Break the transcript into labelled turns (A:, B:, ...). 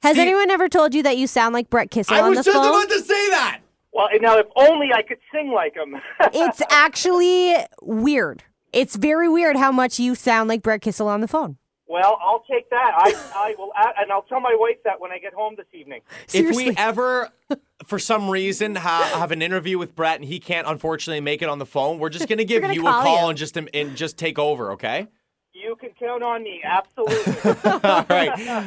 A: Has
B: See-
A: anyone ever told you that you sound like Brett Kissel
B: I
A: on
B: was
A: the
B: just
A: phone?
B: about to say that.
C: Well, and now if only I could sing like him.
A: it's actually weird. It's very weird how much you sound like Brett Kissel on the phone.
C: well, I'll take that. I, I will, a- and I'll tell my wife that when I get home this evening.
A: Seriously.
B: If we ever, for some reason, ha- have an interview with Brett and he can't unfortunately make it on the phone, we're just gonna give
A: gonna
B: you
A: call
B: a call
A: you.
B: and just and just take over, okay?
C: You can count on me, absolutely.
B: All right.